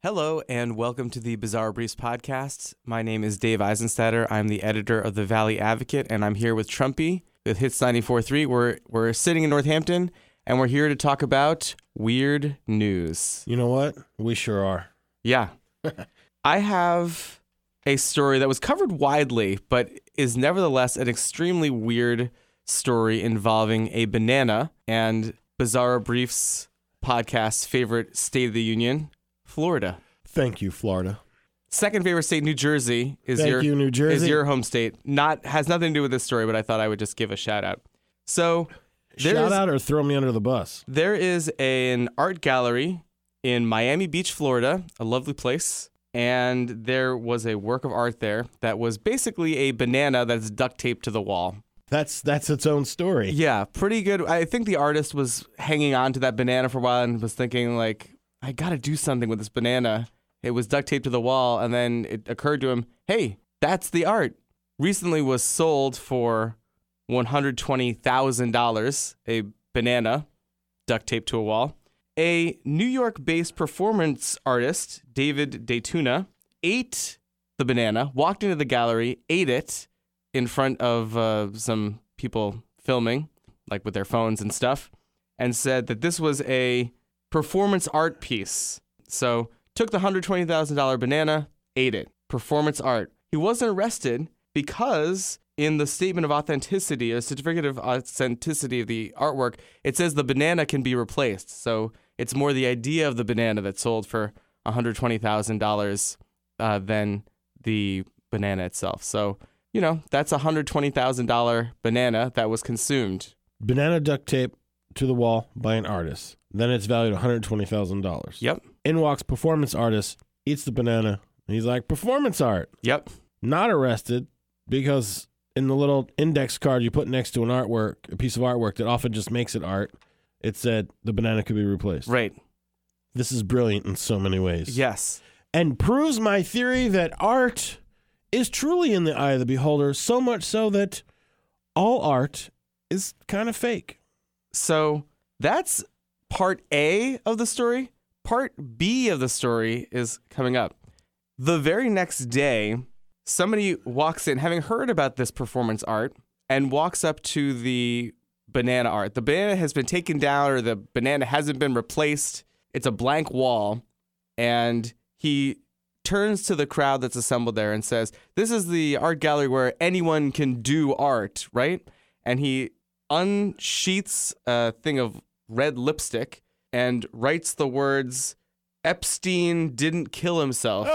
Hello and welcome to the Bizarre Briefs podcast. My name is Dave Eisenstatter. I'm the editor of the Valley Advocate, and I'm here with Trumpy with Hits 94.3. We're we're sitting in Northampton, and we're here to talk about weird news. You know what? We sure are. Yeah, I have a story that was covered widely, but is nevertheless an extremely weird story involving a banana and Bizarre Briefs podcast's favorite State of the Union, Florida. Thank you, Florida. Second favorite state, New Jersey, is Thank your you, New Jersey. is your home state. Not has nothing to do with this story, but I thought I would just give a shout out. So there Shout is- out or throw me under the bus. there is an art gallery in Miami Beach, Florida, a lovely place. And there was a work of art there that was basically a banana that's duct taped to the wall. That's that's its own story. Yeah, pretty good. I think the artist was hanging on to that banana for a while and was thinking like, I got to do something with this banana. It was duct taped to the wall, and then it occurred to him, hey, that's the art. Recently was sold for one hundred twenty thousand dollars. A banana duct taped to a wall. A New York-based performance artist, David Daytuna, ate the banana, walked into the gallery, ate it in front of uh, some people filming, like with their phones and stuff, and said that this was a performance art piece. So took the hundred twenty thousand dollar banana, ate it. Performance art. He wasn't arrested because in the statement of authenticity, a certificate of authenticity of the artwork, it says the banana can be replaced. So it's more the idea of the banana that sold for one hundred twenty thousand dollars uh, than the banana itself. So, you know, that's a $120,000 banana that was consumed. Banana duct tape to the wall by an artist. Then it's valued $120,000. Yep. In walks performance artist, eats the banana, and he's like, "Performance art." Yep. Not arrested because in the little index card you put next to an artwork, a piece of artwork that often just makes it art, it said the banana could be replaced. Right. This is brilliant in so many ways. Yes. and proves my theory that art is truly in the eye of the beholder, so much so that all art is kind of fake. So that's part A of the story. Part B of the story is coming up. The very next day, somebody walks in, having heard about this performance art, and walks up to the banana art. The banana has been taken down, or the banana hasn't been replaced. It's a blank wall. And he turns to the crowd that's assembled there and says, This is the art gallery where anyone can do art, right? And he unsheaths a thing of red lipstick and writes the words, Epstein didn't kill himself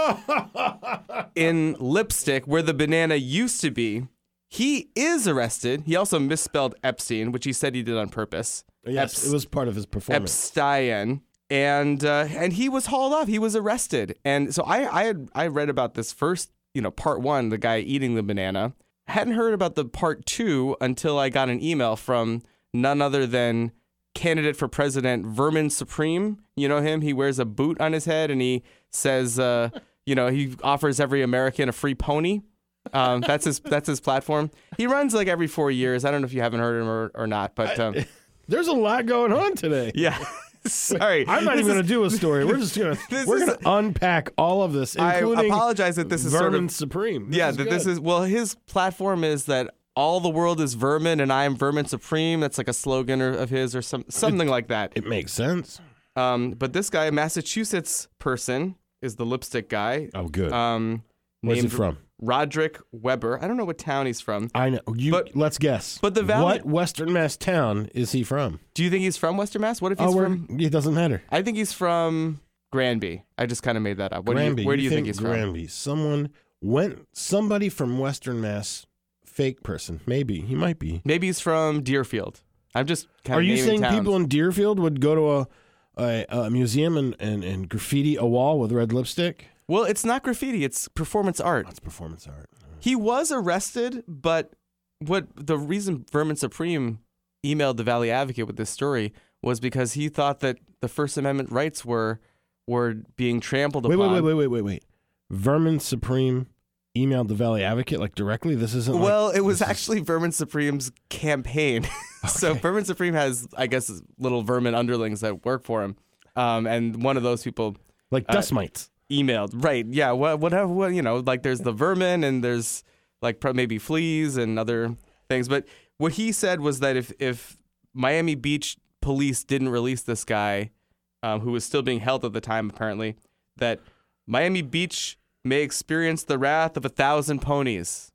in lipstick where the banana used to be. He is arrested. He also misspelled Epstein, which he said he did on purpose. Yes, Eps- it was part of his performance. Epstein. And uh, and he was hauled off. He was arrested. And so I I had I read about this first, you know, part one, the guy eating the banana. Hadn't heard about the part two until I got an email from none other than candidate for president Vermin Supreme. You know him. He wears a boot on his head and he says, uh, you know, he offers every American a free pony. Um, that's his that's his platform. He runs like every four years. I don't know if you haven't heard him or, or not, but um, There's a lot going on today. yeah. Sorry. I'm not This even is- going to do a story. We're just going to this we're is- going to unpack all of this, I including apologize that this is Vermin sort of Supreme. yeah. that this good. is well, his platform is that all the world is vermin and I am vermin supreme. That's like a slogan or, of his or some something like that. it makes sense. Um, but this guy, a Massachusetts person, is the lipstick guy. Oh, good. Um, Where's he named from? Roderick Weber. I don't know what town he's from. I know you. but- let's guess. but the Valley- what Western Mass town is he from? Do you think he's from Western Mass? What if he's oh, we're- from? it doesn't matter. I think he's from Granby. I just kind of made that up. What Granby. Do you, where do you think, he's from? Granby. Someone went. Somebody from Western Mass. Fake person. Maybe he might be. Maybe he's from Deerfield. I'm just kind Are of you naming saying towns. people in Deerfield would go to a a, a museum and, and, and graffiti a wall with red lipstick? Well, it's not graffiti, it's performance art. That's performance art. He was arrested, but what the reason Vermin Supreme emailed the Valley Advocate with this story was because he thought that the First Amendment rights were were being trampled Wait, wait, upon. wait, wait, wait, wait, wait. Vermin Supreme emailed the Valley Advocate like directly. This isn't like- Well, it was this is- actually Vermin Supreme's campaign. so Vermin Supreme has, I guess, little vermin underlings that work for him, um, and one of those people like dust mites. emailed. Right. Yeah. What, whatever. What, you know, like there's the vermin and there's like pro- maybe fleas and other things. But what he said was that if, if Miami Beach police didn't release this guy, um, who was still being held at the time, apparently, that Miami Beach may experience the wrath of a thousand ponies.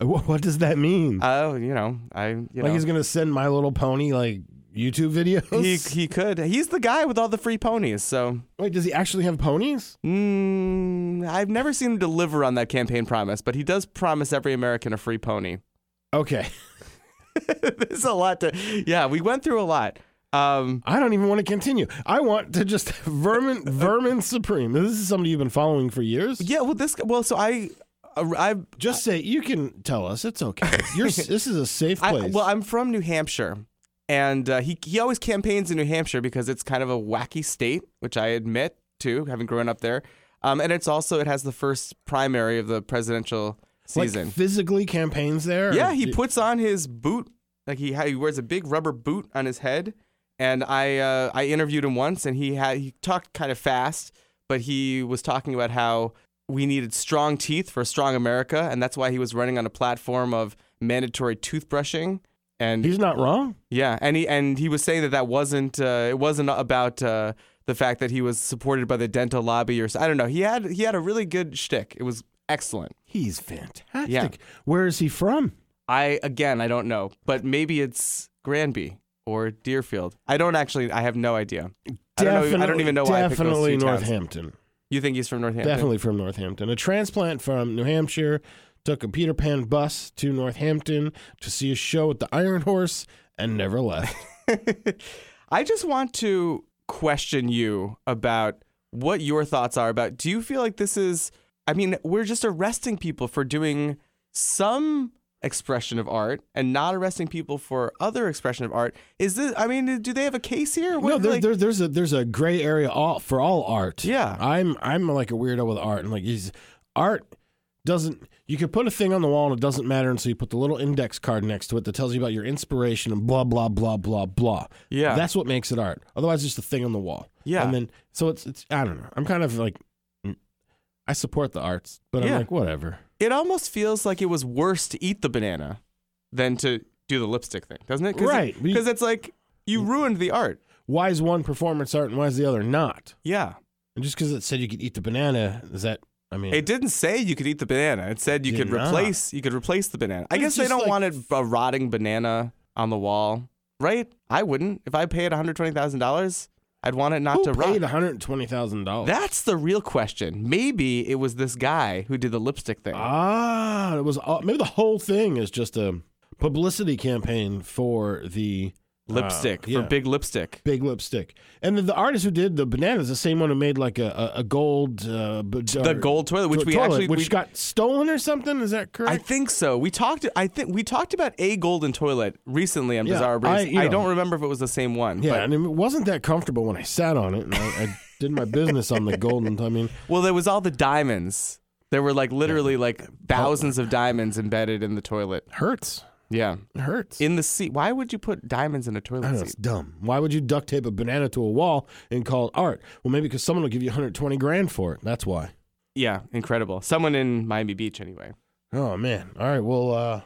What, what does that mean? Oh, you know, I, you like know, he's gonna send My Little Pony like YouTube videos? he, he could. He's the guy with all the free ponies. So Wait, does he actually have ponies? Mm, I've never seen him deliver on that campaign promise, but he does promise every American a free pony. Okay, There's a lot to. Yeah, we went through a lot. Um, I don't even want to continue. I want to just vermin vermin supreme. This is somebody you've been following for years. yeah, well, this. Well, so I, I, Just say you can tell us. It's okay. You're, s- this is a safe I place. well, I'm from New Hampshire, and uh, he he always campaigns in New Hampshire because it's kind of a wacky state, which I admit to, having grown up there. Um, and it's also it has the first primary of the presidential like season. physically campaigns there. Yeah, Or he do- puts on his boot. Like he he wears a big rubber boot on his head. And I uh, I interviewed him once, and he had he talked kind of fast, but he was talking about how we needed strong teeth for a strong America, and that's why he was running on a platform of mandatory toothbrushing. And He's not wrong. yeah, and he and he was saying that that wasn't uh, it wasn't about uh, the fact that he was supported by the dental lobby or s- I don't know. He had he had a really good shtick. It was excellent. He's fantastic. Yeah. Where is he from? I again, I don't know, but maybe it's Granby or Deerfield. I don't actually. I have no idea. I don't, know, I don't even know why I picked those Definitely three towns. Northampton. You think he's from Northampton? Definitely from Northampton. A transplant from New Hampshire took a Peter Pan bus to Northampton to see a show at the Iron Horse and never left. I just want to question you about what your thoughts are about. Do you feel like this is? I mean, we're just arresting people for doing some expression of art and not arresting people for other expression of art. Is this? I mean, do they have a case here? no, What- there, like- there, there's a there's a gray area all for all art. Yeah. I'm I'm like a weirdo with art, and like he's, art doesn't. You can put a thing on the wall and it doesn't matter, and so you put the little index card next to it that tells you about your inspiration and blah blah blah blah blah. Yeah. that's what makes it art. Otherwise, it's just a thing on the wall. Yeah. and then so it's it's I don't know. I'm kind of like mm, I support the arts, but I'm Yeah. like whatever. it almost feels like it was worse to eat the banana than to do the lipstick thing, doesn't it? Right. Mm. Because it's like you ruined the art. Why is one performance art and why is the other not? Yeah. And just because it said you could eat the banana, is that? I mean, It didn't say you could eat the banana. It said you Did could not. replace you could replace the banana. I It's guess they just don't like- want it, a rotting banana on the wall, right? I wouldn't. If I paid one hundred twenty thousand dollars, I'd want it not who to paid rot. one hundred twenty thousand dollars? That's the real question. Maybe it was this guy who did the lipstick thing. Ah, it was all, maybe the whole thing is just a publicity campaign for the uh, lipstick yeah, for big lipstick. big lipstick. And then the artist who did the bananas, the same one who made like a a, a gold uh, b- The gold toilet, which we toilet, actually which we, got stolen or something. Is that correct? I think so. We talked. I think we talked about a golden toilet recently on Yeah, Bizarre I- Breeze. you I, know. don't remember if it was the same one. yeah, but- and it wasn't that comfortable when I sat on it, and I, I did my business on the golden. I mean, well, there was all the diamonds. There were like literally like thousands of diamonds embedded in the toilet. it hurts. Yeah, It hurts. in the seat. Why would you put diamonds in a I toilet know, it's seat? dumb. Why would you duct tape a banana to a wall and call it art? Well, maybe because someone will give you 120 grand for it. That's why. Yeah, incredible. Someone in Miami Beach, anyway. Oh man! All right. Well, uh,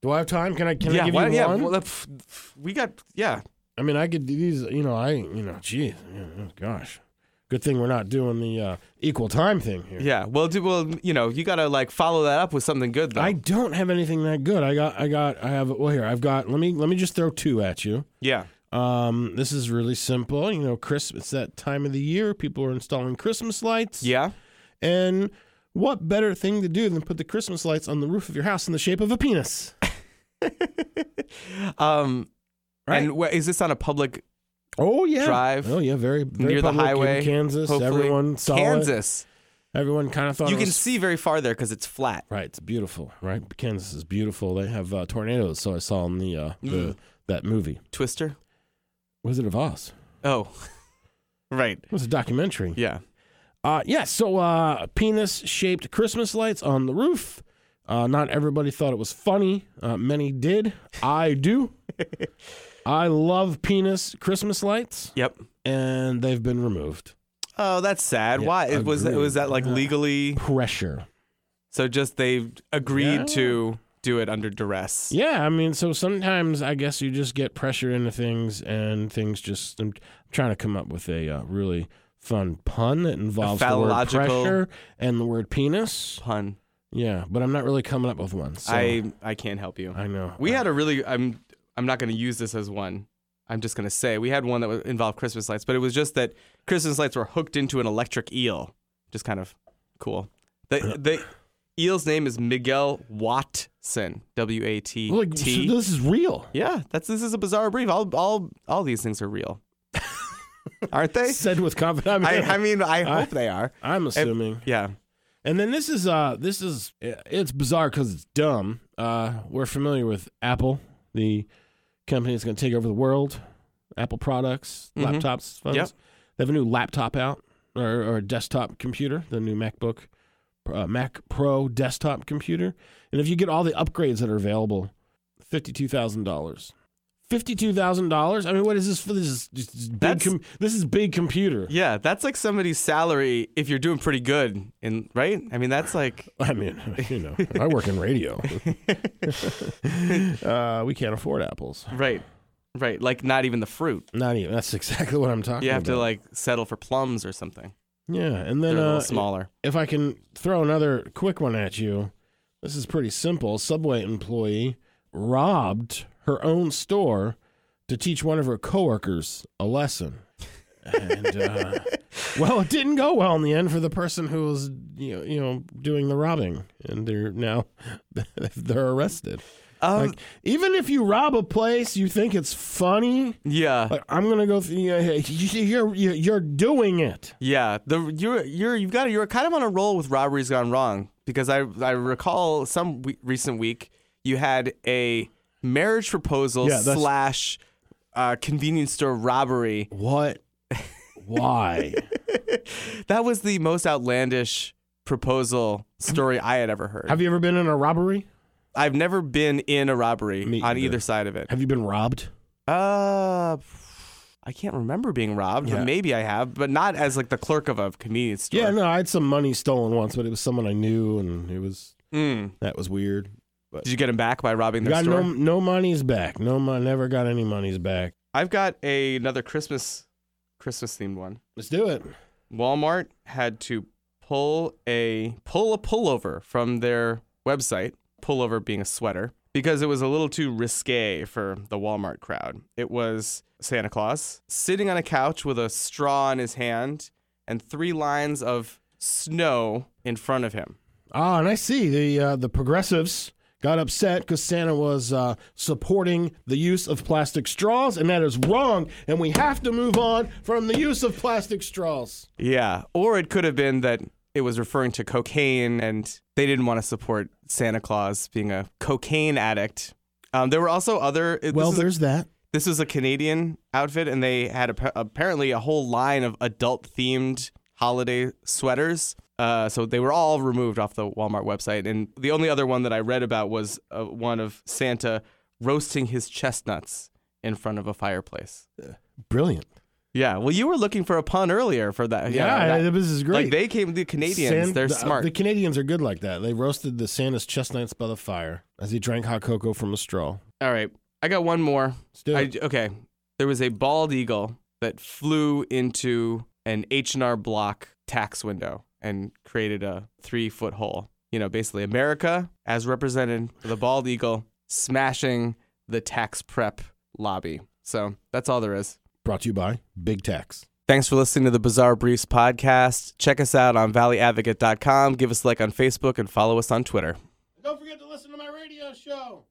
do I have time? Can I? Can yeah, I give why- you yeah. one? well, uh, pff, pff, we got yeah. I mean, I could do these. You know, I. You know, geez, you know, gosh. Good thing we're not doing the uh, equal time thing here. Yeah, well, do, well, you know, you gotta like follow that up with something good though. I don't have anything that good. I got. I got. I have. Well, here I've got. Let me. Let me just throw two at you. yeah, Um, this is really simple. You know, Christmas. It's that time of the year. People are installing Christmas lights. yeah. And what better thing to do than put the Christmas lights on the roof of your house in the shape of a penis? Um, Right. and wh- is this on a public Oh yeah. Drive. Oh yeah. Very, very Near the public in highway, Kansas. hopefully. Everyone saw it. Kansas? Everyone kind of thought You it can was- see very far there because it's flat. right. It's beautiful, right? Kansas is beautiful. They have uh, tornadoes, so I saw in the, uh, the Mm. that movie Twister. Wizard of Oz. Oh, right. It was a documentary. Yeah. Uh, yeah. So uh, penis shaped Christmas lights on the roof. Uh, not everybody thought it was funny. Uh, many did. I do. I love penis Christmas lights, Yep. and they've been removed. Oh, that's sad. Yeah, Why? It was agreed. was that like Yeah. legally? Pressure. So just they agreed Yeah. to do it under duress. Yeah, I mean, so sometimes I guess you just get pressure into things, and things just. I'm trying to come up with a uh, really fun pun that involves the word phallological- pressure and the word penis. Pun. Yeah, but I'm not really coming up with one. So I I can't help you. I know We had a really I'm I'm not going to use this as one. I'm just going to say we had one that w- involved Christmas lights, but it was just that Christmas lights were hooked into an electric eel. Just kind of cool. The the eel's name is Miguel Watson. W A T like so T. this is real. Yeah, that's this is a bizarre brief. All all all these things are real. Aren't they? Said with confidence. I I, mean, I, I mean, I hope they are. am assuming. Yeah. And then this is uh this is it's bizarre because it's dumb. Uh, we're familiar with Apple, the company that's going to take over the world. Apple products, Mhm. laptops, phones. Yep. They have a new laptop out or, or desktop computer, the new MacBook, uh, Mac Pro desktop computer. And if you get all the upgrades that are available, fifty-two thousand dollars. Fifty-two thousand dollars. I mean, what is this for? This is this is big. That's- Com- this is big computer. Yeah, that's like somebody's salary if you're doing pretty good in right? I mean, that's like I mean, you know, I work in radio. uh, we can't afford apples. right. Right, like not even the fruit. Not even. That's exactly what I'm talking You have to about. like settle for plums or something. yeah, and They're then a little uh, smaller. if I can throw another quick one at you, this is pretty simple. Subway employee robbed her own store to teach one of her coworkers a lesson. And uh, well, it didn't go well in the end for the person who was you know, you know doing the robbing, and they're now they're arrested. Um, Like, even if you rob a place, you think it's funny. yeah, Like, I'm gonna go. Th- yeah, yeah, you- you're you're you're doing it. yeah. The you're you're you've got you're kind of on a roll with robberies gone wrong because I I recall some we- recent week you had a marriage proposal Yeah, that's- slash uh, convenience store robbery. What? Why? That was the most outlandish proposal story I had ever heard. Have you ever been in a robbery? I've never been in a robbery Me on either. either side of it. Have you been robbed? Uh, I can't remember being robbed. Yeah. But maybe I have, but not as like the clerk of a convenience store. Yeah, no, I had some money stolen once, but it was someone I knew, and it was Mm. that was weird. Did you get him back by robbing their Got store? no no monies back. No, mon- never got any monies back. I've got a, another Christmas Christmas themed one. Let's do it. Walmart had to pull a pull a pullover from their website, pullover being a sweater, because it was a little too risque for the Walmart crowd. It was Santa Claus sitting on a couch with a straw in his hand and three lines of snow in front of him. Ah, and I see the uh, the progressives got upset because Santa was uh, supporting the use of plastic straws, and that is wrong. And we have to move on from the use of plastic straws. Yeah, or it could have been that it was referring to cocaine and they didn't want to support Santa Claus being a cocaine addict. Um, there were also other. it- Well, this is- there's that. this was a Canadian outfit, and they had appa- apparently a whole line of adult themed holiday sweaters. Uh, so they were all removed off the Walmart website. And the only other one that I read about was uh, one of Santa roasting his chestnuts in front of a fireplace. Brilliant. Yeah. Well, you were looking for a pun earlier for that. you know, Yeah, that- this is great. like they came, the Canadians, San- they're the, uh, smart. The Canadians are good like that. They roasted the Santa's chestnuts by the fire as he drank hot cocoa from a straw. all right. I got one more. Let's do I, it. okay. There was a bald eagle that flew into an H&R Block tax window and created a 3-foot hole. You know, basically America as represented with a bald eagle smashing the tax prep lobby. So, that's all there is. Brought to you by Big Tax. Thanks for listening to the Bizarre Briefs podcast. Check us out on valleyadvocate.com, give us a like on Facebook and follow us on Twitter. Don't forget to listen to my radio show.